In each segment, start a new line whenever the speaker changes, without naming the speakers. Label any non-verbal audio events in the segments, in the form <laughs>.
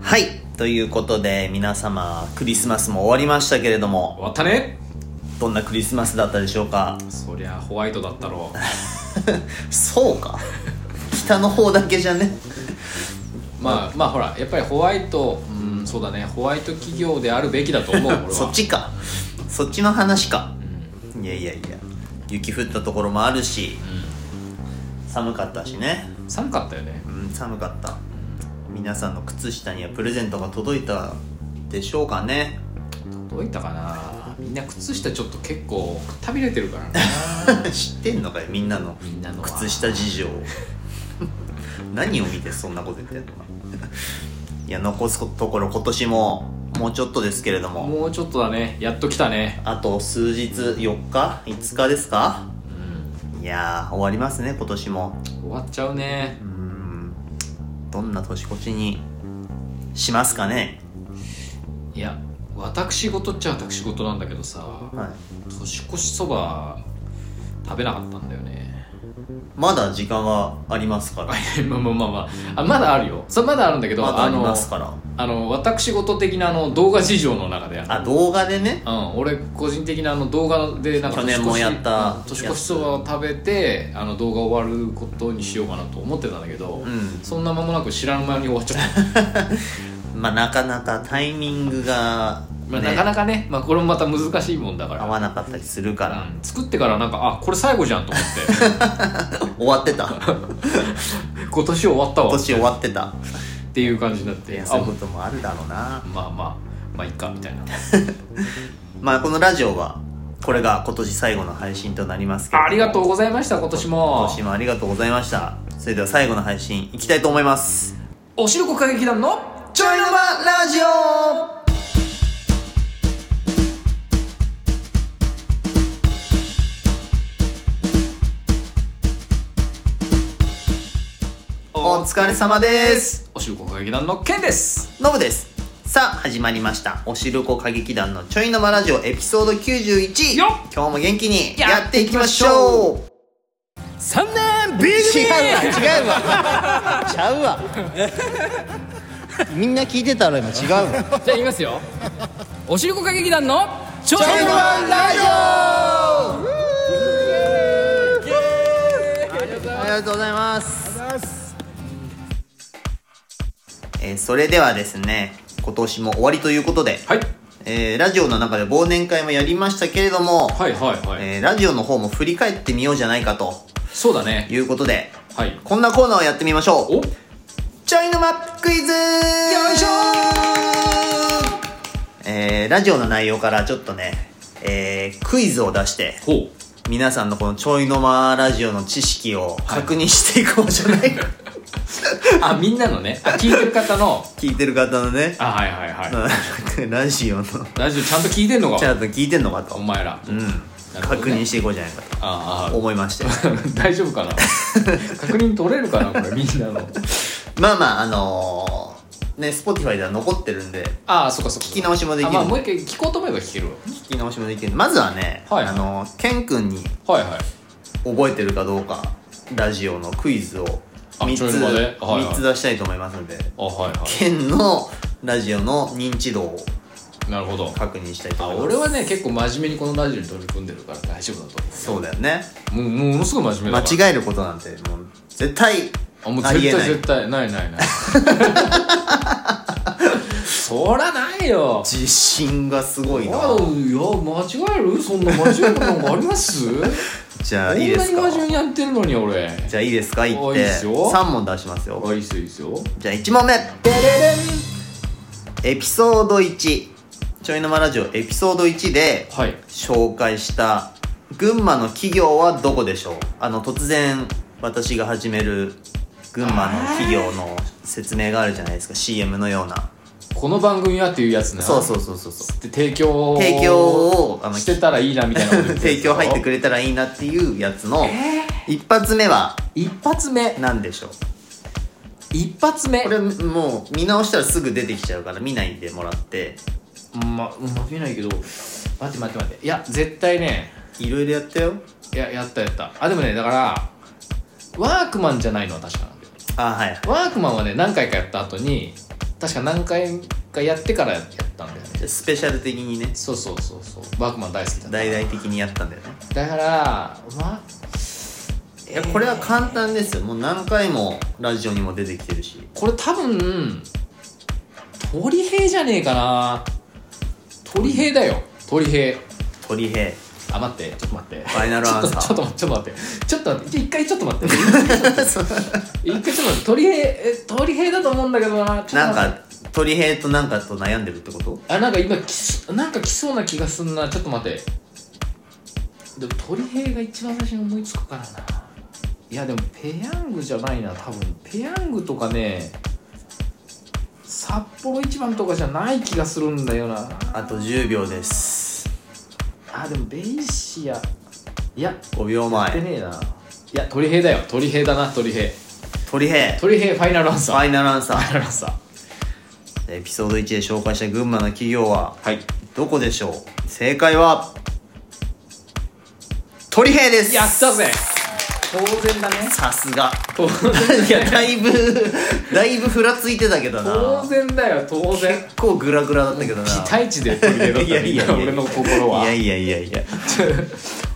はいということで皆様クリスマスも終わりましたけれども
終わったね
どんなクリスマスだったでしょうか
そりゃホワイトだったろ
そうか <laughs> 北の方だけじゃね
うまあまあほらやっぱりホワイトうんそうだねホワイト企業であるべきだと思
<laughs>
う俺は
そっちかそっちの話か、いやいやいや雪降ったところもあるし、寒かったしね
寒かったよね
うん寒かった皆さんの靴下にはプレゼントが届いたでしょうかね
どういったかなみんな靴下ちょっと結構くたびれてるからな
<laughs> 知ってんのかよみんなの
みんなのは
靴下事
<laughs>
情何を見てそんなこと言ってんのか <laughs> いや残すところ今年ももうちょっとですけれども
もうちょっとだねやっと来たね
あと数日4日5日ですか
うん
いやー終わりますね今年も
終わっちゃうね
うーんどんな年越しにしますかね
いや私事っちゃ私事なんだけどさ
はい
年越しそば食べなかったんだよね <laughs>
まだ時間はありますから
まあまあまあまああまだあるよそれまだあるんだけど、
まだあり
の
ますから
あの私事的なあの動画事情の中であの
あ動画でね
うん、俺個人的なあの動画でなんか
去年も
年越し
やった
うん年越しそばを食べてあの動画終わることにしようかなと思ってたんだけど、
ん
そんな間もなく知らん間に終わっちゃ
<laughs>
った、
まあなかなかタイミングが、
まあ、
ね
なかなかね、まあ、これもまた難しいもんだから
合わなかったりするから、
うん作ってからなんかあこれ最後じゃんと思って
<laughs> 終わっ
<laughs>
てた <laughs>
今年終わった
今
わ
年終わってた
っていう感じになっ
い
て
や
あ
そういうこともあるだろうな
まあまあまあいっかみたいな
まあこのラジオはこれが今年最後の配信となりますけれど
ありがとうございました今年も
今年もありがとうございましたそれでは最後の配信いきたいと思います
おしるこ歌劇団の
ちょいの間ラジオお疲れ様です
おしるこ歌劇団のケンです
ノブですさあ始まりましたおしるこ歌劇団のちょいの間ラジオエピソード91
よ
今
っ
日も元気にや
や
っ
ってて
い
い
き
き
ま
ま
し
し
ょ
ょ
う
3年 B
違うわ違うわ
<laughs>
ちゃうわみんな聞いてたら今違うわ
じゃあ言いますよ。おしるこ歌劇団のちょい
の間ラジありがとうございますえーそれではですね今年も終わりということで、
はい
えーラジオの中で忘年会もやりましたけれども、
はいはいはい、
えーラジオの方も振り返ってみようじゃないかと
そうだね。
いうことで
はい。
こんなコーナーをやってみましょう
お
ちょいの間クイズよ
いしょ
えーラジオの内容からちょっとね、えークイズを出して
ほう。
皆さんのこのちょいの間ラジオの知識を確認していこうじゃないか、
あみんなのねあ聞いてる方の
聞いてる方のね <laughs>
あはいはいはい。
ラジオの
ラジオちゃんと聞いてんの
ち
か。
ゃんと聞いてんのかと、
お前ら。
うん
なるほどね
確認していこうじゃないか
あ
と思いま
<laughs>
して
あ大丈夫 <laughs> かな。確認取れるかなこれみんなの。
まあまああのー、ね Spotify では残ってるんで
ああそっかそっか。
聞き直しもできる
あまあもう一回聞こうと思えば聞けるわ。
聞き直しもできるんでまずはね、
はい
あのー、ケン君に
はいはい。
覚えてるかどうかラジオのクイズを
あ
3つ
ちょいの間ではいはい
3つ出したいと思いますので
あはいは
ケンのラジオの認知度を
い。なるほど。
確認したいと
あ
思います
俺はね結構真面目にこのラジオに取り組んでるから大丈夫だと
そうだよね
思う。もうものすごい真面目
間
だから。
違えることなんてもう絶対
あもう
あり
絶
えな
対
い
絶対ないないない
<laughs>
そらないよ
自信がすごい
あい
な
や間違えるそんな間違えることもあります
じゃ
こ
あ
んな
<laughs>
い
い
に
です
真
か
面目にやってるのに俺
じゃあいいですか言っ
あいい
て
ですよ
3問出しますよ
あいいっすよいいっすよ
じゃあ1問目
デレレン
エピソード1ちょいの間ラジオエピソード1で
はい
紹介した群馬の企業はどこでしょうあの突然私が始める群馬の企業の説明があるじゃないですか CM のような
この番組はっていうやつね
そうそうそうそうそう
で提供を
提供をあの
してたらいいなみたいなこと言ってる
<laughs> 提供入ってくれたらいいなっていうやつの一発目は
一発目
何でしょう
一発目
これもう見直したらすぐ出てきちゃうから見ないでもらって
まうまく言えないけど待って待って待っていや絶対ね
いろいろやったよ
いややったやったあでもねだからワークマンじゃないのは確かなんだよ
あはい
ワークマンはね何回かやった後に確か何回かやってからやったんだよね
スペシャル的にね
そうそうそうそうワークマン大好きだった
大々的にやったんだよね
だからまあ
いやこれは簡単ですよもう何回もラジオにも出てきてるし
これ多分鳥兵じゃねえかな鳥兵だよ鳥兵
鳥平
あ待ってちょっと待って
ファイナルアンサー
ちょっとちょっと待ってちょっと待ってちょっと待って一回ちょっと待って一回ちょっと待って鳥兵え鳥兵だと思うんだけどなちょっ
な
と
ん
待って
か鳥平となんかと悩んでるってこと
あなんか今きそなんか来そうな気がすんなちょっと待ってでも鳥兵が一番最初に思いつくからないやでもペヤングじゃないな多分ペヤングとかね札幌一番とかじゃない気がするんだよな
あと10秒です
あでもベイシアいや
5秒
やって
前
ねえないや鳥兵だよ鳥兵だな鳥兵
鳥平フ
鳥兵ファイナルアンサー
ァイナルアンサ
ファイナルアンサー
ーエピソード1で紹介した群馬の企業は
はい
どこでしょう正解は鳥平です
やった <laughs> ぜ当然だね
さすが
当然
いやだい
<laughs>
ぶだいぶふらついてたけど
当
な
然だよ当然
結構グラグラだったけどな
期待値で取り入れだっ
いや
たみ
いやいや
たいな俺の心はい
やいやいやいや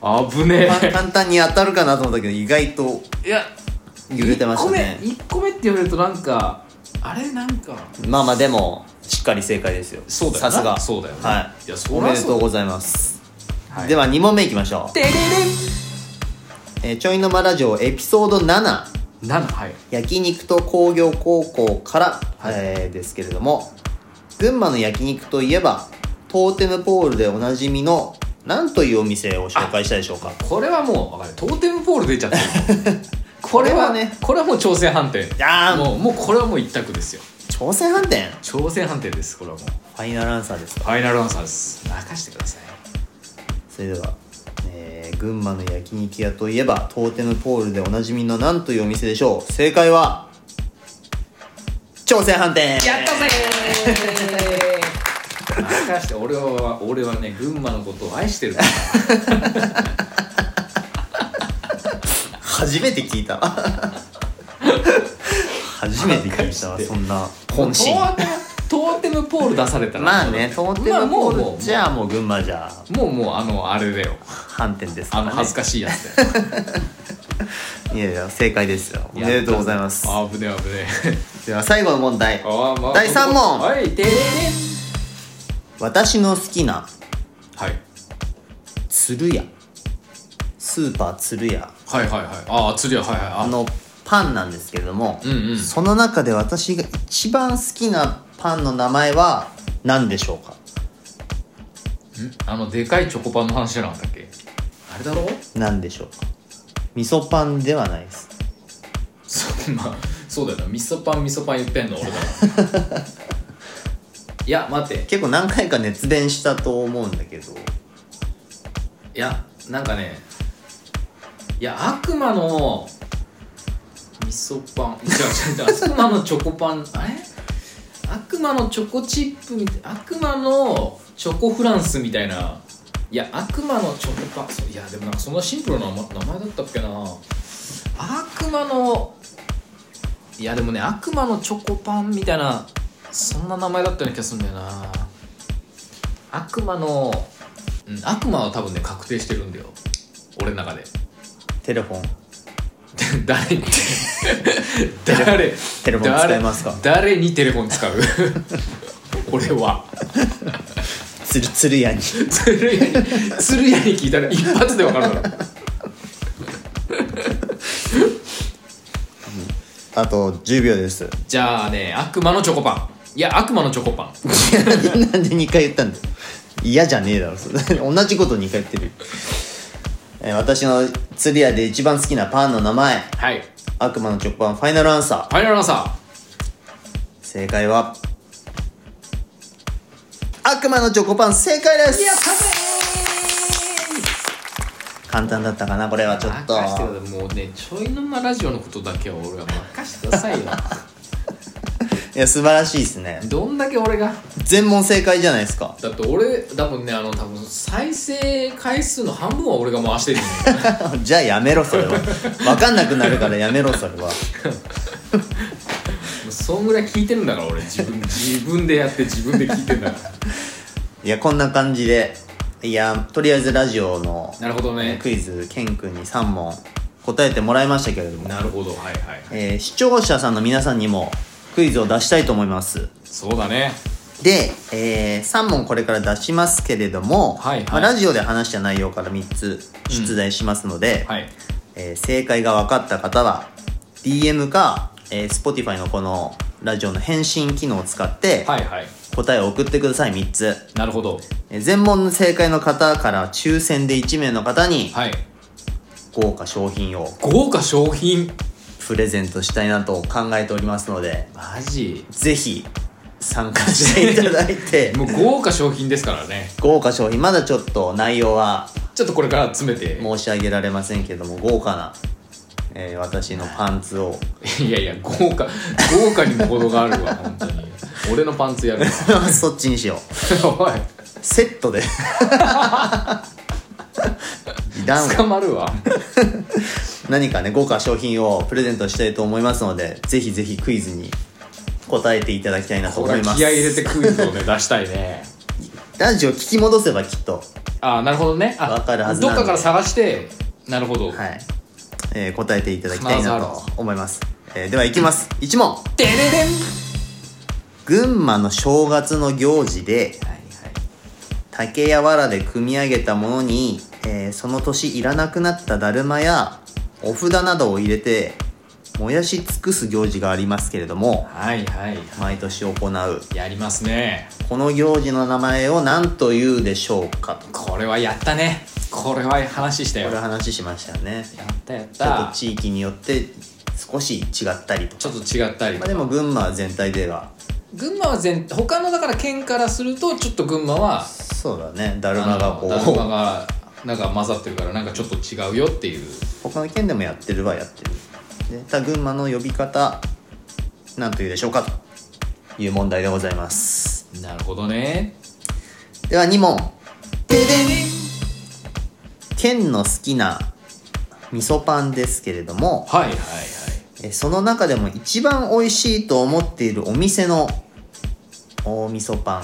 あぶね
ま簡単に当たるかなと思ったけど意外と
えいや
揺れてましたね
1個目1個目って言われるとなんかあれなんか
まあまあでもしっかり正解ですよ
そうだよな
さすが
そうだよな
はい
いやそ
お
り
め
ゃ
で
そう
とうございます、
はい
では2問目いきましょ
てれれ
う、えーちょいのまラジオエピソード7
ん7はい
焼肉と工業高校から、えーですけれども群馬の焼肉といえばトーテムポールでおなじみの何というお店を紹介したでしょうか
これはもう分かるトーテムポール出ちゃってるこれは
<laughs> これはね
ねこれはもう朝鮮飯店
やー
もうもうこれはもう一択ですよ
朝鮮飯店
朝鮮飯店ですこれはもう
ファイナルアンサーです
ファイナルアンサーです任してください
それでは、えー群馬の焼肉屋といえばトーテムポールでおなじみの何というお店でしょう正解は朝鮮飯店
やったぜ <laughs> 任して俺は俺はね群馬のことを愛してる <laughs> から
初めて
<laughs>
聞いた初めて聞いたわそんな本心
トーテムトーテムポール出されたら
まあねトーテムポールじ
あ
ゃあもう群馬じゃ
もうもうもうもうあのあれだよ
反転ですか
あ
ら、ね、
の恥ずかしいやつ <laughs> だよ
いやいや正解ですよおめでとうございます
あぶねあぶね
では最後の問題
あ、まあ、
第三問
はいてれれん
私の好きな
はい
鶴屋スーパー鶴屋
はいはいはいああ釣りははいはい
あ
あ
のパンなんですけれども、
うんうん
その中で私が一番好きなパンの名前は何でしょうか
あのでかいチョコパンの話じゃなかったっけあれだろ
何でしょうか味噌パンではないです
そんなそうだよな味噌パン味噌パン言ってんの俺 <laughs> だからいや待って
結構何回か熱弁したと思うんだけど
いやなんかねいや悪魔の味噌パン <laughs> 違う違う違う悪魔のチョコパンあれ悪魔のチョコチップみたい悪魔のチョコフランスみたいないや悪魔のチョコパンそういやでもなんかそんなシンプルな名前名前だったっけな悪魔のいやでもね悪魔のチョコパンみたいなそんな名前だったような気がするんだよな悪魔の、うん、悪魔は多分ね確定してるんだよ俺の中で <laughs>
テレフォン <laughs>
誰に誰
テレフォン使いますか
誰誰にテレフォン使う <laughs> 俺は
つるつるやに
鶴屋に鶴屋に聞いたら一発で分かるだろ
あと10秒です
じゃあね悪魔のチョコパンいや悪魔のチョコパン
<laughs> なんで2回言ったんだよ嫌じゃねえだろそれ <laughs> 同じこと2回言ってるよえー私の釣り屋で一番好きなパンの名前
はいフ
悪魔のチョコパンファイナルアンサー
ァイナルアンサ
正解は悪魔のチョコパン正解で
ーいや
す簡単だったかなこれはちょっと
任してくださいもうねちょいの間ラジオのことだけは俺は任してくださいよ
いや素晴らしいですね
どんだけ俺が
全問正解じゃないですか <laughs>
だって俺多分ねあの多分再生回数の半分は俺が回してるんだよ
じゃあやめろそれは分かんなくなるからやめろそれは
もうそそんぐらい聞いてるんだから俺 <laughs> 自分自分でやって自分で聞いてんだから
いやこんな感じでいやとりあえずラジオの
なるほどね
クイズケン君に3問答えてもらいましたけれども、
なるほどはいはい
えー視聴者さんの皆さんにもクイズを出したいと思います
そうだね
で、え3問これから出しますけれども、
はいはい
まあラジオで話した内容から3つ出題しますので、
はい
えー正解が分かった方は DM か、えー Spotify のこのラジオの返信機能を使って
はいはい
答えを送ってください3つ、
なるほど
えー全問の正解の方から抽選で1名の方に
はい
豪華商品を
豪華商品
プレゼントしたいなと考えておりますので
マジ
ぜひ参加していただいて
<laughs> もう豪華商品ですからね
豪華商品まだちょっと内容は
ちょっとこれから詰めて
申し上げられませんけども豪華な、えー私のパンツを <laughs>
いやいや豪華豪華にも程があるわ本当に俺のパンツやるわ
そっちにしよう
<laughs> おい
セットで <laughs> いらんわ
捕まるわ
何かね豪華商品をプレゼントしたいと思いますのでぜひぜひクイズに答えていただきたいなと
こ
思
れ
いま
気合い入れ
す
てクイズをね出したいね
ラジオ聞き戻せばきっと
ああなるほどねあ
わかるはずなんで
どっかから探してなるほど、
はい、えー答えていただきたいな
必ず
と思います、えーではいきます1問
でれれん
群馬の正月の行事で竹や藁で組み上げたものに、えーその年いらなくなっただるまやお札などを入れて燃やし尽くす行事がありますけれども
はいはいは
毎年行う
いやりますね
この行事の名前を何と言うでしょうかと
これはやったねこれは話した
こ
よ
れ
や
話しましたよね
ったやっ
ちょっ
た
と地域によって少し違ったりと
ち
か、
ょっと違ったり
まあ、でも群馬全体では
群馬は全他のだから県からするとちょっと群馬は
そうだねだるまがこ
あのだるま
う
がなんか混ざってるからなんかちょっと違うよっていう
他の県でもやってるはやってるでただ群馬の呼び方何と言うでしょうかという問題でございます
なるほどね
では2問県の好きな味噌パンですけれども
はいはいはい
えその中でも一番美味しいと思っているお店のお味噌パン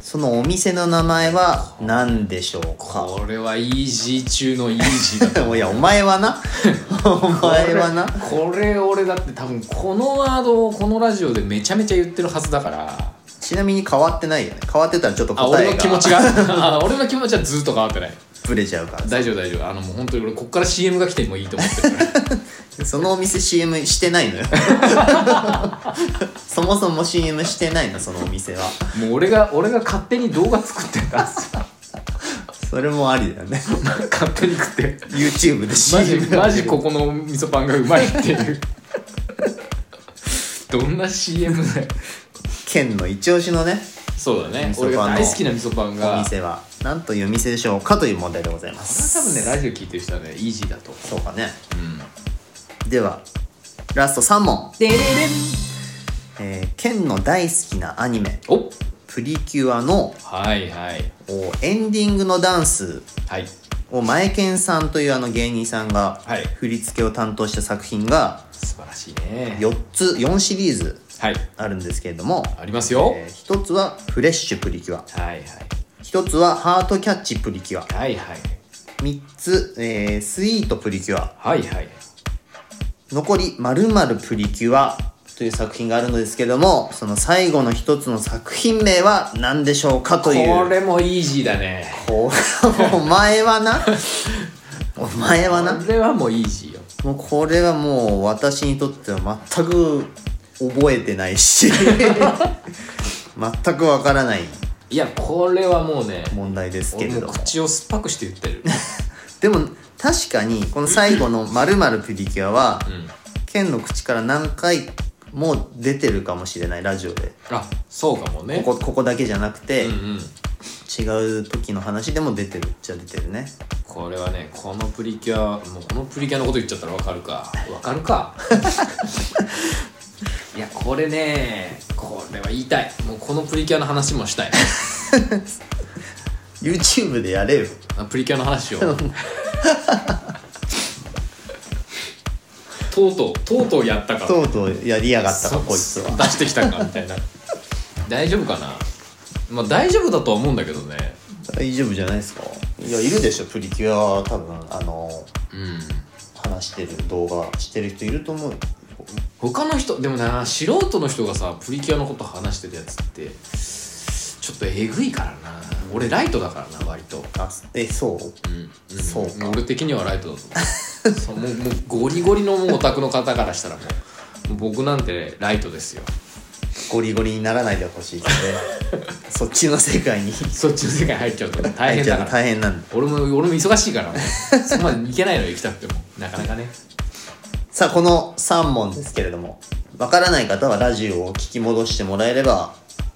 そのお店の名前は何でしょうか <laughs>
これはイージー中のイージーだと思う
いやお前はな <laughs> お前はな
これ俺だって多分このワードをこのラジオでめちゃめちゃ言ってるはずだから
ちなみに変わってないよね変わってたらちょっと
あ
答
俺
え
の気持ち
が
が <laughs> あ俺の気持ちはずっと変わってない
ブレちゃうから
大丈夫大丈夫あのもう本当に俺こっから CM が来てもいいと
<laughs>
思ってるから
そのお店 CM してないの
<laughs>
よそもそも CM してないのそのお店は
もう俺が俺が勝手に動画作ってた
<laughs>
んですよ
それもありだよね
勝手に食って
YouTube で
マジ
CM
マジここの味噌パンがうまいっていう
<laughs>
どんな CM だよ
県の一押しのね
そうだね
味噌パン
俺
の
が大好きな味噌パン
お
がこれは
店は何という店でしょうかという問題でございます
多分ねラジオ聞いてる人はねイージーだと
そうかね
うん
ではラスト3問、
でれれん
えー、県の大好きなアニメ
お
「プリキュアの
はいはい」
おエンディングのダンス
はい
を前健さんというあの芸人さんが
はい
振り付けを担当した作品が
素晴らしいね
4つ4シリーズ
はい
あるんですけれども、
ありますよ、
えー1つは「フレッシュプリキュア
はい」
1つは「ハートキャッチプリキュア
はいはいはい」
3つ、えースイートプリキュア」
はいはい
残り「〇〇プリキュア」という作品があるのですけどもその最後の1つの作品名は何でしょうかという
これもイージーだね
こうお <laughs> 前はな <laughs> お前はな
これはもうイージーよ
もうこれはもう私にとっては全く覚えてない <laughs> し全くわからない
いやこれはもうね
問題ですけれ
俺も
ど
う
も
口を酸っぱくして言ってる
でも確かにこの最後の「〇〇プリキュア」は
うん
剣の口から何回も出てるかもしれないラジオで
あそうかもね
ここここだけじゃなくて、
うんうん
違う時の話でも出てるっちゃ出てるね
これはねこのプリキュアもうこのプリキュアのこと言っちゃったらわかるかわかる
<laughs>
かいやこれねこれは言いたいもうこのプリキュアの話もしたい
YouTube でやれよ
あプリキュアの話を東とうとうとうとうやったか
とうとうやりやがったか
そ
こいつは
出してきたかみたいな大丈夫かなまあ大丈夫だとは思うんだけどね
大丈夫じゃないですかいやいるでしょプリキュアは多分あの
うん
話してる動画してる人いると思う
他の人でもな素人の人がさプリキュアのこと話してるやつってちょっとえぐいからな俺ライトだからな割と
あえそう
うん、うん、
そうか
俺的にはライトだと思うそうもうもうゴリゴリのもうオタクの方からしたらもうもう僕なんてライトですよ
ゴリゴリにならないでほしいです
<laughs>
ねそっちの世界に
そっちの世界入っちゃうと <laughs> 大変だから
大変なんだ
俺も俺も忙しいから <laughs> もうそこまで行けないのよ行きたくてもなかなかね
さあこの3問ですけれどもわからない方はラジオを聞き戻してもらえれば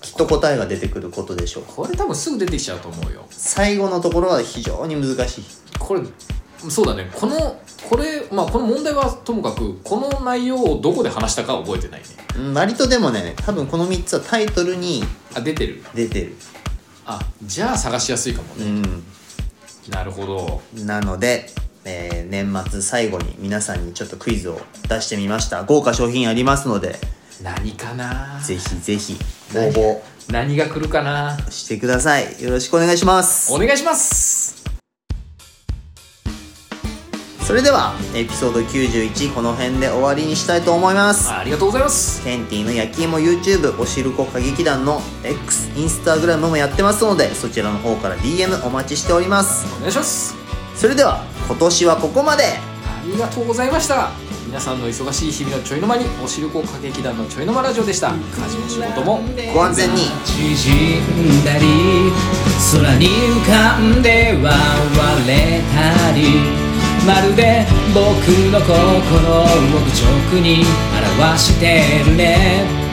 きっと答えが出てくることでしょう
これ多分すぐ出てきちゃうと思うよ
最後のところは非常に難しい
これそうだねこのこれまあこの問題はともかくこの内容をどこで話したかは覚えてないね
うん割とでもね多分この3つはタイトルに
あ出てる
出てる
あじゃあ探しやすいかも
う
ね、
ん
なるほど
なので、えー年末最後に皆さんにちょっとクイズを出してみました豪華商品ありますので
何かな
ぜひぜひ応募
何が来るかな
してくださいよろしくお願いします
お願いします
それではエピソード91この辺で終わりにしたいと思います
ありがとうございます
ケンティの焼き芋 YouTube おしるこ歌劇団の X インスタグラムもやってますのでそちらの方から DM お待ちしております
お願いします
それでは今年はここまで
ありがとうございました皆さんの忙しい日々のちょいの間におしるこ歌劇団のちょいの間ラジオでした家事も仕事も
ご安全に
縮んだり空に浮かんでは割れたりまるで僕の心を直に表してるね